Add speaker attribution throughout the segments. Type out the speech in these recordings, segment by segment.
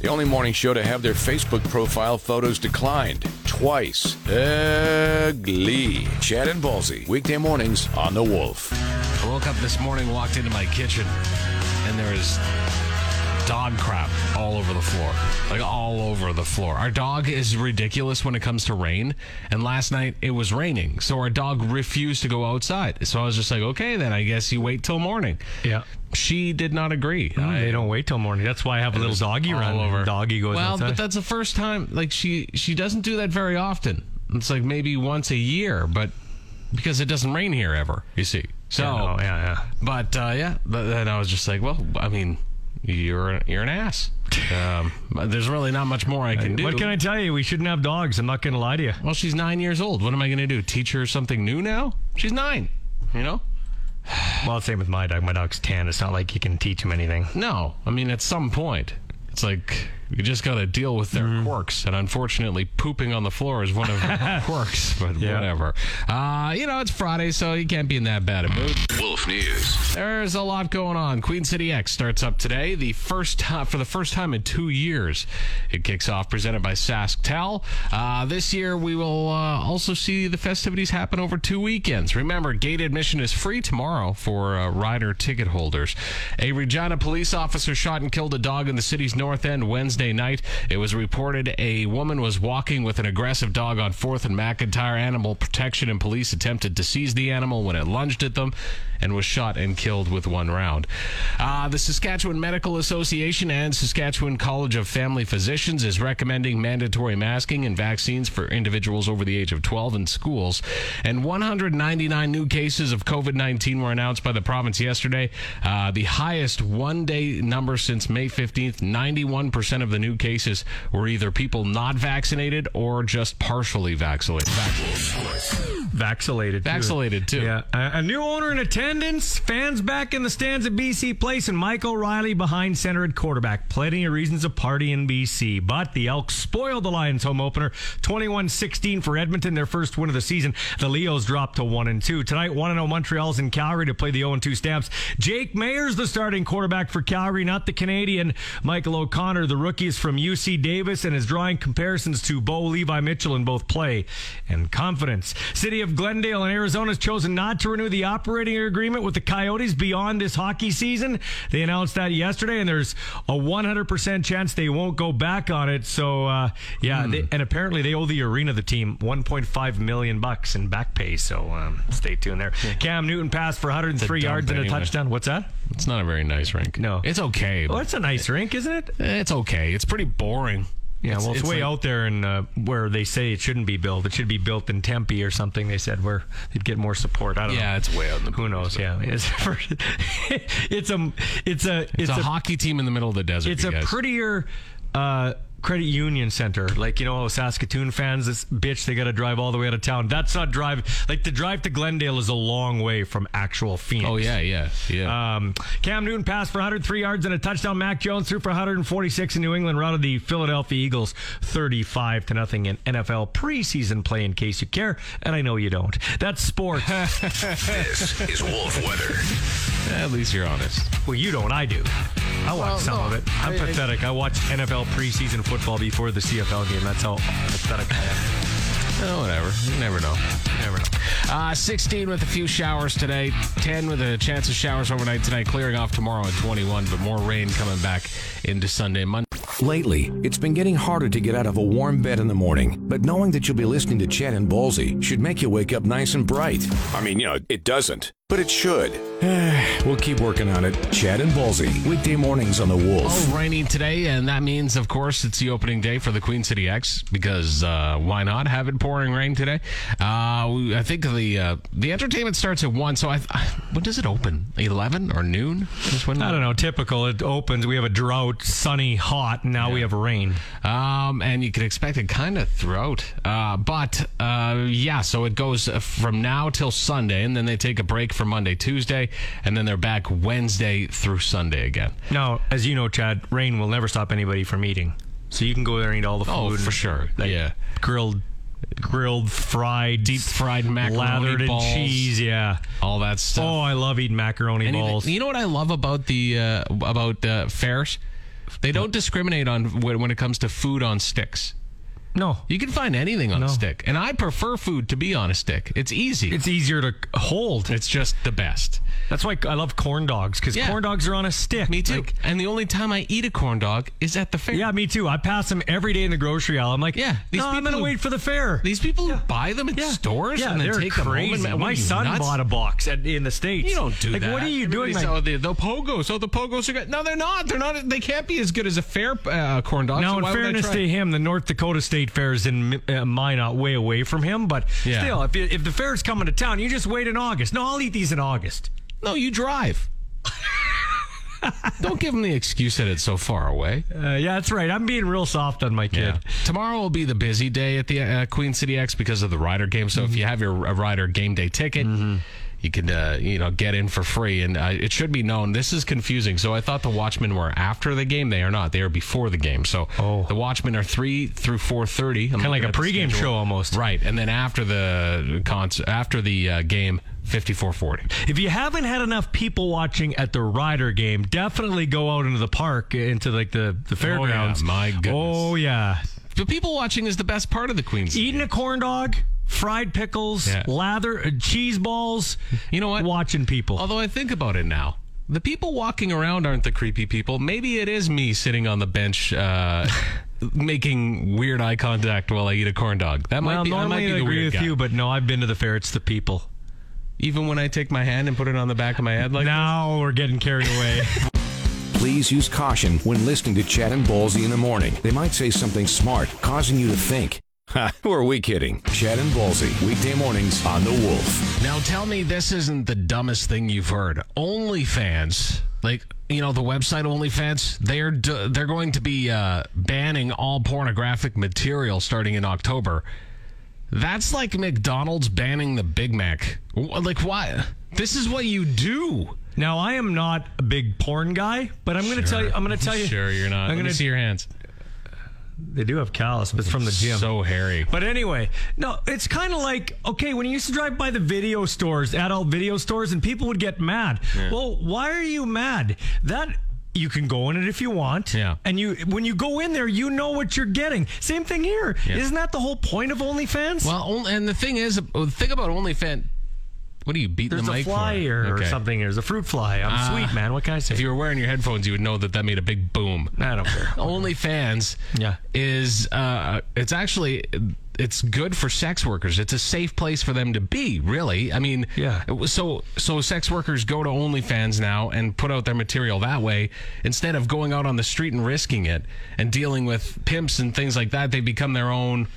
Speaker 1: The only morning show to have their Facebook profile photos declined twice. Ugly. Chad and Ballsy. Weekday mornings on The Wolf.
Speaker 2: I woke up this morning, walked into my kitchen, and there is dog crap all over the floor. Like all over the floor. Our dog is ridiculous when it comes to rain, and last night it was raining, so our dog refused to go outside. So I was just like, okay, then I guess you wait till morning.
Speaker 3: Yeah.
Speaker 2: She did not agree.
Speaker 3: Mm, they don't wait till morning. That's why I have a little doggy
Speaker 2: all
Speaker 3: run.
Speaker 2: over.
Speaker 3: Doggy goes
Speaker 2: well,
Speaker 3: outside.
Speaker 2: but that's the first time. Like she she doesn't do that very often. It's like maybe once a year, but because it doesn't rain here ever, you see. So
Speaker 3: Yeah, no, yeah, yeah.
Speaker 2: But uh, yeah, but then I was just like, well, I mean, you're you're an ass. Um, but there's really not much more I can do.
Speaker 3: What can I tell you? We shouldn't have dogs. I'm not going to lie to you.
Speaker 2: Well, she's nine years old. What am I going to do? Teach her something new now? She's nine. You know?
Speaker 3: Well, same with my dog. My dog's tan. It's not like you can teach him anything.
Speaker 2: No. I mean, at some point, it's like you just got to deal with their
Speaker 3: Mm-hmm.
Speaker 2: quirks. And unfortunately, pooping on the floor is one of their quirks, but
Speaker 3: Yeah.
Speaker 2: whatever. Uh, you know, it's Friday, so you can't be in that bad a mood.
Speaker 1: Wolf News.
Speaker 2: There's a lot going on. Queen City X starts up today. The first time, for the first time in two years, it kicks off. Presented by SaskTel. Uh, this year, we will uh, also see the festivities happen over two weekends. Remember, gate admission is free tomorrow for uh, rider ticket holders. A Regina police officer shot and killed a dog in the city's north end Wednesday night. It was reported a woman was walking with an aggressive dog on Fourth and McIntyre. Animal protection and police attempted to seize the animal when it lunged at them and was shot and killed with one round. Uh, the Saskatchewan Medical Association and Saskatchewan College of Family Physicians is recommending mandatory masking and vaccines for individuals over the age of 12 in schools. And 199 new cases of COVID 19 were announced by the province yesterday, uh, the highest one day number since May 15th. 91% of the new cases were either people not vaccinated or just partially vaccinated.
Speaker 3: Vaccinated.
Speaker 2: Vaccinated, too.
Speaker 3: Yeah. A, a new owner in attendance. Fans back in the stands at BC Place, and Mike O'Reilly behind center at quarterback. Plenty of reasons to party in BC. But the Elks spoiled the Lions home opener, 21-16 for Edmonton, their first win of the season. The Leos dropped to one and two tonight. One and zero Montreal's in Calgary to play the 0 and two Stamps. Jake Mayer's the starting quarterback for Calgary, not the Canadian. Michael O'Connor, the rookie, is from UC Davis and is drawing comparisons to Bo Levi Mitchell in both play and confidence. City of Glendale in Arizona has chosen not to renew the operating agreement with the Coyotes beyond this hockey season. They announced that yesterday, and there's a 100% chance they won't go back on it. So, uh, yeah,
Speaker 2: Hmm.
Speaker 3: they, and apparently they owe the arena the team 1.5 million bucks in back pay. So, um, stay tuned there. Cam Newton passed for 103
Speaker 2: It's a dump
Speaker 3: yards and a
Speaker 2: anyway.
Speaker 3: touchdown. What's that?
Speaker 2: It's not a very nice rink.
Speaker 3: No.
Speaker 2: It's okay.
Speaker 3: Oh,
Speaker 2: but-
Speaker 3: that's a nice rink, isn't it?
Speaker 2: It's okay. It's pretty boring.
Speaker 3: Yeah, well, it's, way
Speaker 2: like-
Speaker 3: out there and uh, where they say it shouldn't be built. It should be built in Tempe or something. They said where they'd get more support. I don't know.
Speaker 2: Yeah, it's way out in the.
Speaker 3: Who knows? Yeah, it's, it's a it's a it's,
Speaker 2: It's,
Speaker 3: a,
Speaker 2: a, hockey team in the middle of the desert.
Speaker 3: it's
Speaker 2: you
Speaker 3: a
Speaker 2: guys.
Speaker 3: prettier uh, credit union center. Like you know, Saskatoon fans, this bitch they got to drive all the way out of town. That's not drive. Like the drive to Glendale is a long way from actual Phoenix.
Speaker 2: Oh yeah, yeah, yeah.
Speaker 3: Um, Cam Newton passed for 103 yards and a touchdown. Mac Jones threw for 146 in New England, routed the Philadelphia Eagles 35 to nothing in NFL preseason play. In case you care, and I know you don't. That's sports.
Speaker 1: This is Wolf Weather.
Speaker 3: Uh,
Speaker 2: At least you're honest.
Speaker 3: well, you don't. I do. I watch some of it. I'm pathetic. I, watch NFL preseason football before the CFL game. That's how pathetic I am.
Speaker 2: Oh, whatever. You never know. Never know. Uh, 16 with a few showers today. 10 with a chance of showers overnight tonight. Clearing off tomorrow at 21, but more rain coming back into Sunday, Monday.
Speaker 1: Lately, it's been getting harder to get out of a warm bed in the morning, but knowing that you'll be listening to Chad and Ballsy should make you wake up nice and bright. I mean, you know, it doesn't. but it should. we'll keep working on it. Chad and Ballsy, weekday mornings on The Wolf.
Speaker 2: All rainy today, and that means, of course, it's the opening day for the Queen City X because uh, why not have it pouring rain today? Uh, we- I think the uh, the entertainment starts at one. So I, I when does it open? Eleven or noon? Is when
Speaker 3: I don't know. Typical. It opens. We have a drought, sunny, hot, and now we have rain.
Speaker 2: Um, and you can expect it kind of throughout. Uh, but uh, yeah, so it goes uh, from now till Sunday, and then they take a break for Monday, Tuesday, and then they're back Wednesday through Sunday again.
Speaker 3: Now, as you know, Chad, rain will never stop anybody from eating. So you can go there and eat all the food.
Speaker 2: Oh,
Speaker 3: and,
Speaker 2: for sure.
Speaker 3: like,
Speaker 2: yeah.
Speaker 3: Grilled, grilled, fried,
Speaker 2: Deep fried macaroni
Speaker 3: lathered
Speaker 2: balls,
Speaker 3: in cheese. Yeah.
Speaker 2: all that stuff.
Speaker 3: Oh, I love eating macaroni
Speaker 2: Anything-
Speaker 3: balls.
Speaker 2: You know what I love about the uh, about uh, fairs? They don't discriminate on when, when it comes to food on sticks.
Speaker 3: No,
Speaker 2: You can find anything on
Speaker 3: No.
Speaker 2: a stick, and I prefer food to be on a stick. It's easy.
Speaker 3: it's e-, easier to hold.
Speaker 2: it's just the best.
Speaker 3: That's why I love corn dogs because
Speaker 2: Yeah.
Speaker 3: corn dogs are on a stick.
Speaker 2: Me too.
Speaker 3: Like,
Speaker 2: and the only time I eat a corn dog is at the fair.
Speaker 3: yeah, me too. I pass them every day in the grocery aisle. I'm like,
Speaker 2: Yeah, these
Speaker 3: no, I'm
Speaker 2: people
Speaker 3: gonna
Speaker 2: who-
Speaker 3: wait for the fair.
Speaker 2: These people who buy them at
Speaker 3: Yeah.
Speaker 2: stores
Speaker 3: yeah,
Speaker 2: and then
Speaker 3: they're
Speaker 2: take
Speaker 3: crazy.
Speaker 2: them home. And,
Speaker 3: My son bought a box at, in the states.
Speaker 2: You don't do
Speaker 3: like,
Speaker 2: that.
Speaker 3: What are you doing?
Speaker 2: Everybody's,
Speaker 3: Like,
Speaker 2: oh, the, the pogos. Oh, the pogos are good. No, they're not. They're not. They can't be as good as a fair uh, corn dog. so
Speaker 3: now, in
Speaker 2: why would I
Speaker 3: fairness
Speaker 2: try?
Speaker 3: to him, the North Dakota State Fair is in uh, Minot, way away from him. But
Speaker 2: Yeah.
Speaker 3: still, if, if the fair's coming to town, you just wait in August. No, I'll eat these in August.
Speaker 2: No, you drive. Don't give them the excuse that it's so far away.
Speaker 3: Uh, yeah, that's right. I'm being real soft on my kid.
Speaker 2: Tomorrow will be the busy day at the uh, Queen City X because of the Rider game. So
Speaker 3: Mm-hmm.
Speaker 2: if you have your uh, Rider game day ticket, you can uh, you know get in for free. And uh, it should be known this is confusing. So I thought the Watchmen were after the game. They are not. They are before the game. So
Speaker 3: Oh.
Speaker 2: the Watchmen are three through four thirty. Kind
Speaker 3: Kinda like a pregame show almost.
Speaker 2: right? And then after the concert, after the uh, game, fifty four forty.
Speaker 3: If you haven't had enough people watching at the Ryder game, definitely go out into the park, into like the, the fairgrounds.
Speaker 2: Oh, yeah. My goodness.
Speaker 3: Oh, yeah.
Speaker 2: The people watching is the best part of the Queen City.
Speaker 3: Eating a corn dog, fried pickles,
Speaker 2: Yeah.
Speaker 3: lather, uh, cheese balls.
Speaker 2: You know what?
Speaker 3: Watching people.
Speaker 2: Although I think about it now, the people walking around aren't the creepy people. Maybe it is me sitting on the bench, uh, making weird eye contact while I eat a corn dog. That might
Speaker 3: well,
Speaker 2: be. I might
Speaker 3: normally
Speaker 2: be
Speaker 3: I
Speaker 2: the
Speaker 3: agree
Speaker 2: weird
Speaker 3: with
Speaker 2: guy.
Speaker 3: you, but no, I've been to the fair. It's the people.
Speaker 2: Even when I take my hand and put it on the back of my head, like
Speaker 3: Now we're getting carried away.
Speaker 1: Please use caution when listening to Chad and Ballsy in the morning. They might say something smart, causing you to think. Ha, who are we kidding? Chad and Ballsy, weekday mornings on The Wolf.
Speaker 2: Now tell me this isn't the dumbest thing you've heard. OnlyFans, like you know the website OnlyFans, they're d- they're going to be uh, banning all pornographic material starting in October. That's like McDonald's banning the Big Mac. Wh- Like why? This is what you do.
Speaker 3: now I am not a big porn guy, but I'm going to tell you. I'm going to tell you. I'm going to
Speaker 2: your hands.
Speaker 3: They do have callus, but it's from the gym.
Speaker 2: So hairy.
Speaker 3: But anyway, no, it's kind of like okay, when you used to drive by the video stores, adult video stores, and people would get mad. Well, why are you mad? That you can go in it if you want.
Speaker 2: Yeah.
Speaker 3: And you when you go in there, you know what you're getting. Same thing here. not that the whole point of OnlyFans?
Speaker 2: Well, on- and the thing is, uh, think about OnlyFans. What are you beating
Speaker 3: There's
Speaker 2: the
Speaker 3: a
Speaker 2: mic
Speaker 3: fly
Speaker 2: for?
Speaker 3: here or
Speaker 2: Okay. Ah.
Speaker 3: something. There's a fruit fly. I'm sweet, man. What can I say?
Speaker 2: If you were wearing your headphones, you would know that that made a big boom.
Speaker 3: I don't care.
Speaker 2: OnlyFans
Speaker 3: Yeah.
Speaker 2: is uh, it's actually it's good for sex workers. It's a safe place for them to be. Really, I mean,
Speaker 3: Yeah.
Speaker 2: it was- So so sex workers go to OnlyFans now and put out their material that way instead of going out on the street and risking it and dealing with pimps and things like that. They become their own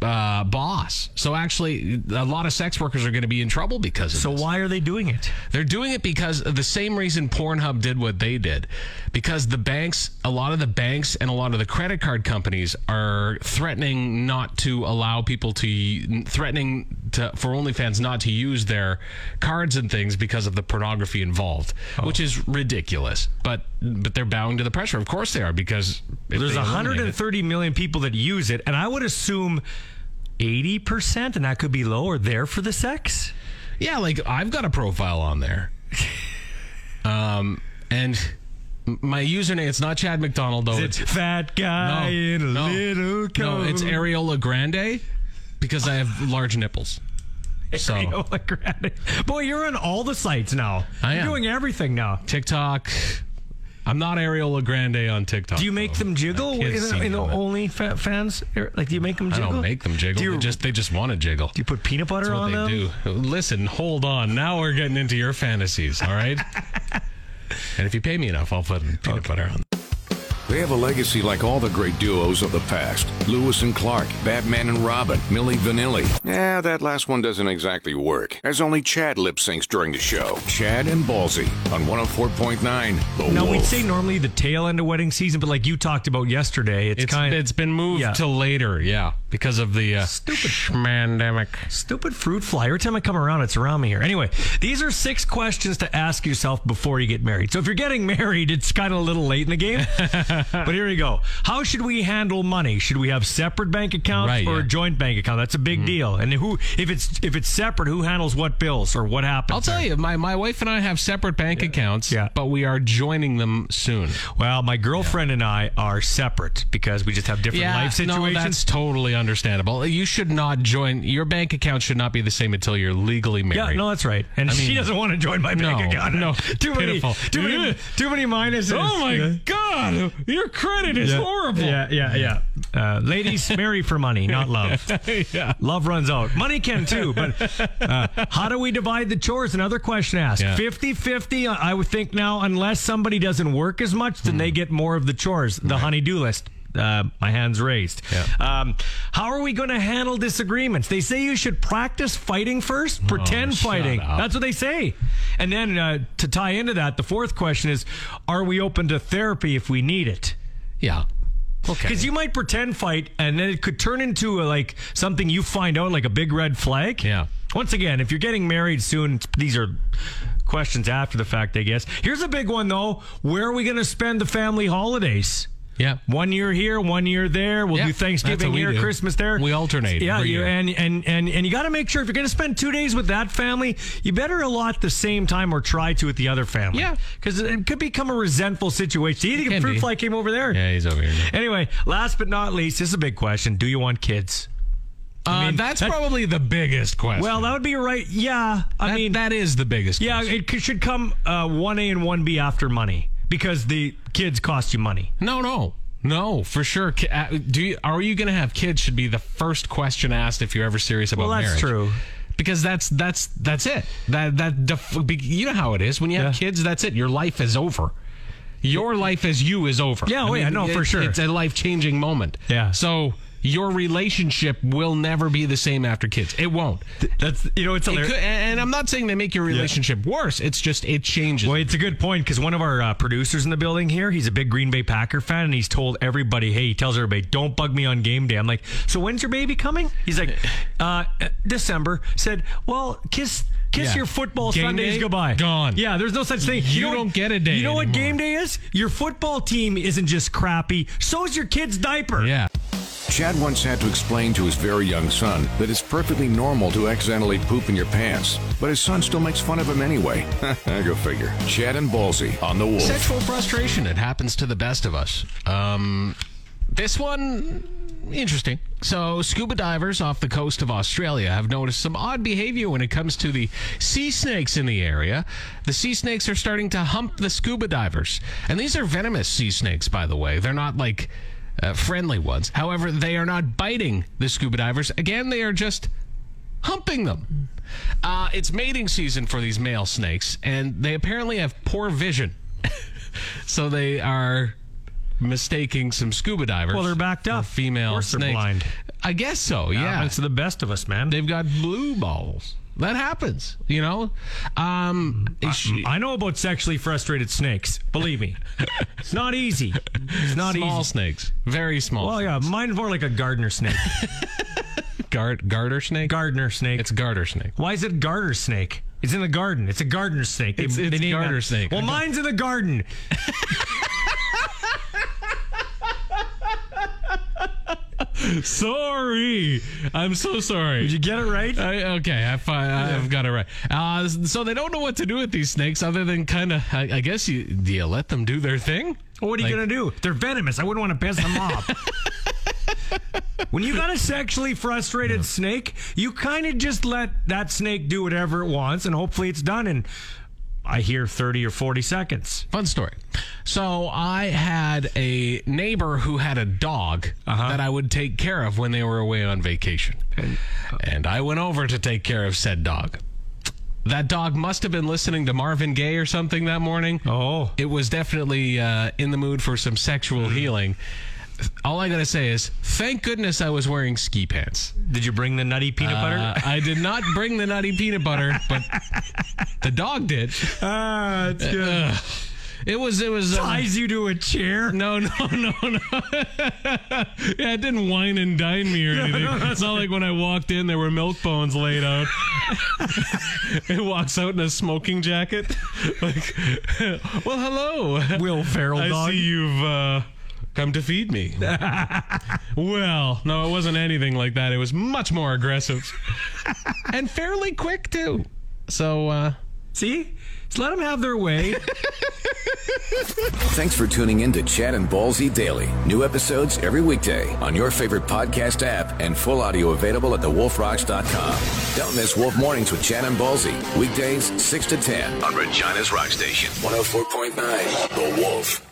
Speaker 2: uh, boss. So actually, a lot of sex workers are going to be in trouble because of
Speaker 3: so
Speaker 2: this.
Speaker 3: why are they doing it?
Speaker 2: They're doing it because of the same reason Pornhub did what they did. Because the banks, a lot of the banks and a lot of the credit card companies are threatening not to allow people to threatening to for OnlyFans not to use their cards and things because of the pornography involved, which is ridiculous. But but they're bowing to the pressure. Of course they are because if
Speaker 3: There's
Speaker 2: they eliminate it-
Speaker 3: 130 million people that use it, and I would assume 80%, and that could be lower there for the sex.
Speaker 2: Yeah, like I've got a profile on there. um, and m- my username, it's not Chad McDonald, though.
Speaker 3: It's
Speaker 2: It's,
Speaker 3: fat
Speaker 2: no,
Speaker 3: guy in a
Speaker 2: no,
Speaker 3: little coat.
Speaker 2: no, it's Areola Grande because I have large nipples. So
Speaker 3: Ariola Grande. Boy, you're on all the sites now.
Speaker 2: I
Speaker 3: you're
Speaker 2: am.
Speaker 3: doing everything now.
Speaker 2: TikTok. I'm not Ariel Grande on TikTok.
Speaker 3: Do you make
Speaker 2: though.
Speaker 3: them jiggle
Speaker 2: My kids
Speaker 3: in,
Speaker 2: Oh, see
Speaker 3: in the
Speaker 2: them.
Speaker 3: only fa- fans? Like, do you make them
Speaker 2: I
Speaker 3: jiggle?
Speaker 2: don't make them jiggle.
Speaker 3: Do you,
Speaker 2: they just they just want to jiggle.
Speaker 3: do you put peanut butter
Speaker 2: That's what
Speaker 3: on
Speaker 2: they
Speaker 3: them?
Speaker 2: do. Listen, hold on. Now we're getting into your fantasies, all right? and if you pay me enough, I'll put peanut butter on.
Speaker 1: They have a legacy like all the great duos of the past Lewis and Clark, Batman and Robin, Millie Vanilli. Yeah, that last one doesn't exactly work, as only Chad lip syncs during the show. Chad and Ballsy on 104.9 The
Speaker 3: Now we'd
Speaker 1: Wolf.
Speaker 3: say normally the tail end of wedding season, but like you talked about yesterday, it's,
Speaker 2: It's
Speaker 3: kind of
Speaker 2: it's been moved
Speaker 3: Yeah.
Speaker 2: to later, yeah, because of the uh,
Speaker 3: Stupid.
Speaker 2: pandemic.
Speaker 3: Stupid fruit fly. Every time I come around, it's around me here. Anyway, these are six questions to ask yourself before you get married. So if you're getting married, it's kind of a little late in the game. but here we go. How should we handle money? Should we have separate bank accounts
Speaker 2: Right,
Speaker 3: or a
Speaker 2: yeah. Mm-hmm.
Speaker 3: joint bank account? That's a big deal. And who, if it's if it's separate, who handles what bills or what happens?
Speaker 2: I'll tell you, my, my wife and I have separate bank accounts,
Speaker 3: Yeah.
Speaker 2: but we are joining them soon.
Speaker 3: Well, my girlfriend and I are separate because we just have different life
Speaker 2: no, that's
Speaker 3: situations.
Speaker 2: totally understandable. You should not join your bank account should not be the same until you're legally married.
Speaker 3: yeah, no, that's right. And she
Speaker 2: mean-
Speaker 3: doesn't want to join my bank
Speaker 2: No,
Speaker 3: account.
Speaker 2: no.
Speaker 3: too many,
Speaker 2: Pitiful.
Speaker 3: too many,
Speaker 2: Yeah.
Speaker 3: too many minuses.
Speaker 2: Oh my
Speaker 3: Yeah.
Speaker 2: God! Your credit is
Speaker 3: Yeah.
Speaker 2: horrible.
Speaker 3: Yeah, yeah, yeah. Uh, ladies, marry for money, not love.
Speaker 2: yeah.
Speaker 3: Love runs out. Money can too, but uh, how do we divide the chores? Another question asked.
Speaker 2: Yeah.
Speaker 3: 50 50, uh, I would think now, unless somebody doesn't work as much, then
Speaker 2: Hmm.
Speaker 3: they get more of the chores, the honey do list. Uh, my hands raised. Um, how are we going to handle disagreements? They say you should practice fighting first,
Speaker 2: Oh,
Speaker 3: pretend
Speaker 2: shut
Speaker 3: fighting.
Speaker 2: up.
Speaker 3: That's what they say. And then uh, to tie into that, the fourth question is Are we open to therapy if we need it?
Speaker 2: Yeah. Okay.
Speaker 3: Because you might pretend fight, and then it could turn into a, like something you find out, like a big red flag.
Speaker 2: Yeah.
Speaker 3: Once again, if you're getting married soon, these are questions after the fact, I guess. Here's a big one though: Where are we going to spend the family holidays?
Speaker 2: yeah.
Speaker 3: One year here, one year there. We'll
Speaker 2: Yeah,
Speaker 3: do
Speaker 2: that's what
Speaker 3: Thanksgiving
Speaker 2: we
Speaker 3: here,
Speaker 2: do.
Speaker 3: Christmas there.
Speaker 2: We alternate
Speaker 3: Yeah,
Speaker 2: every
Speaker 3: you,
Speaker 2: year.
Speaker 3: and and and and you got to make sure if you're going to spend two days with that family, you better allot the same time or try to with the other family.
Speaker 2: Yeah.
Speaker 3: because it could become a resentful situation. Do you think if
Speaker 2: can
Speaker 3: fruit
Speaker 2: be.
Speaker 3: fly came over there?
Speaker 2: Yeah, he's over here. now.
Speaker 3: Anyway, last but not least, this is a big question. Do you want kids?
Speaker 2: Uh,
Speaker 3: mean,
Speaker 2: that's
Speaker 3: that-
Speaker 2: probably the biggest question.
Speaker 3: Well, that would be right. Yeah. I
Speaker 2: That-
Speaker 3: mean,
Speaker 2: that is the biggest.
Speaker 3: yeah,
Speaker 2: question.
Speaker 3: it c- should come uh, 1A and 1B after money because the kids cost you money.
Speaker 2: no, no, no, for sure. Ki- uh, Do you, are you going to have kids? Should be the first question asked if you're ever serious about
Speaker 3: Well,
Speaker 2: marriage.
Speaker 3: that's true.
Speaker 2: Because that's that's that's it. That that def- be- you know how it is when you have
Speaker 3: Yeah.
Speaker 2: kids. That's it. Your life is over. Your life as you is over.
Speaker 3: Yeah, oh, yeah, no, for
Speaker 2: it-
Speaker 3: sure.
Speaker 2: It's a life changing moment.
Speaker 3: Yeah.
Speaker 2: So your relationship will never be the same after kids. It won't.
Speaker 3: That's, you know, it's
Speaker 2: It could, and I'm not saying they make your relationship worse. It's just it changes.
Speaker 3: Well, it's a good point because one of our uh, producers in the building here, he's a big Green Bay Packer fan, and he's told everybody, hey, he tells everybody, don't bug me on game day. I'm like, so when's your baby coming? He's like, uh, uh, December. Said, well, kiss. Kiss
Speaker 2: Yeah.
Speaker 3: your football
Speaker 2: Game
Speaker 3: Sundays
Speaker 2: day?
Speaker 3: goodbye.
Speaker 2: Gone.
Speaker 3: Yeah, there's no such thing.
Speaker 2: You
Speaker 3: what-
Speaker 2: don't get a day
Speaker 3: You know what
Speaker 2: anymore.
Speaker 3: game day is? Your football team isn't just crappy. So's your kid's diaper.
Speaker 2: yeah.
Speaker 1: Chad once had to explain to his very young son that it's perfectly normal to accidentally poop in your pants, but his son still makes fun of him anyway. Go figure. Chad and Ballsy on The Wolf.
Speaker 2: Sexual frustration. It happens to the best of us. Um, this one, interesting. So, scuba divers off the coast of Australia have noticed some odd behavior when it comes to the sea snakes in the area. The sea snakes are starting to hump the scuba divers. And these are venomous sea snakes, by the way. They're not like uh, friendly ones. However, they are not biting the scuba divers. Again, they are just humping them. Uh, it's mating season for these male snakes, and they apparently have poor vision. so they are mistaking some scuba divers.
Speaker 3: Well, they're backed
Speaker 2: for
Speaker 3: up.
Speaker 2: Female
Speaker 3: Of course they're
Speaker 2: snakes.
Speaker 3: blind.
Speaker 2: I guess so, yeah.
Speaker 3: It's the best of us, man.
Speaker 2: They've got blue balls. That happens, you know? Um,
Speaker 3: Mm,
Speaker 2: it's-
Speaker 3: I know about sexually frustrated snakes. Believe me, it's not easy. It's not
Speaker 2: small
Speaker 3: easy.
Speaker 2: snakes. Very small.
Speaker 3: Well, yeah, mine's more like a gardener snake.
Speaker 2: Guard, garter snake?
Speaker 3: Gardener snake.
Speaker 2: it's garter snake.
Speaker 3: Why is it garter snake? It's in the garden. It's a gardener snake. They-
Speaker 2: It's- it's
Speaker 3: they named
Speaker 2: garter
Speaker 3: that-
Speaker 2: snake.
Speaker 3: Well,
Speaker 2: I don't-
Speaker 3: mine's in the garden.
Speaker 2: Sorry. I'm so sorry.
Speaker 3: Did you get it right?
Speaker 2: I, okay, I fi- I've got it right. Uh, so they don't know what to do with these snakes, other than kind of. I, I guess you do you let them do their thing.
Speaker 3: Well, what are you
Speaker 2: like-
Speaker 3: gonna do? They're venomous. I wouldn't want to piss them off. when you got a sexually frustrated snake, you kind of just let that snake do whatever it wants, and hopefully it's done. And I hear 30 or 40 seconds.
Speaker 2: Fun story. So I had a neighbor who had a dog that I would take care of when they were away on vacation. And, I went over to take care of said dog. That dog must have been listening to Marvin Gaye or something that morning.
Speaker 3: Oh.
Speaker 2: It was definitely uh, in the mood for some sexual healing. All I got to say is, thank goodness I was wearing ski pants.
Speaker 3: Did you bring the nutty peanut
Speaker 2: Uh,
Speaker 3: butter?
Speaker 2: I did not bring the nutty peanut butter, but the dog did.
Speaker 3: Ah, it's good.
Speaker 2: Ugh. It was it was uh,
Speaker 3: Ties you to a chair.
Speaker 2: no, no, no, no. yeah, it didn't wine and dine me or anything. it's not like when I walked in, there were milk bones laid out. it walks out in a smoking jacket. Like, well, hello.
Speaker 3: Will Ferrell
Speaker 2: I
Speaker 3: dog.
Speaker 2: see you've uh, come to feed me. well, no, it wasn't anything like that. It was much more aggressive and fairly quick, too. So, uh,
Speaker 3: See? Just let them have their way.
Speaker 4: Thanks for tuning in to Chad and Ballsy Daily. New episodes every weekday on your favorite podcast app and full audio available at thewolfrocks.com. Don't miss Wolf Mornings with Chad and Ballsy. Weekdays 6 to 10 on Regina's Rock Station. 104.9 The Wolf.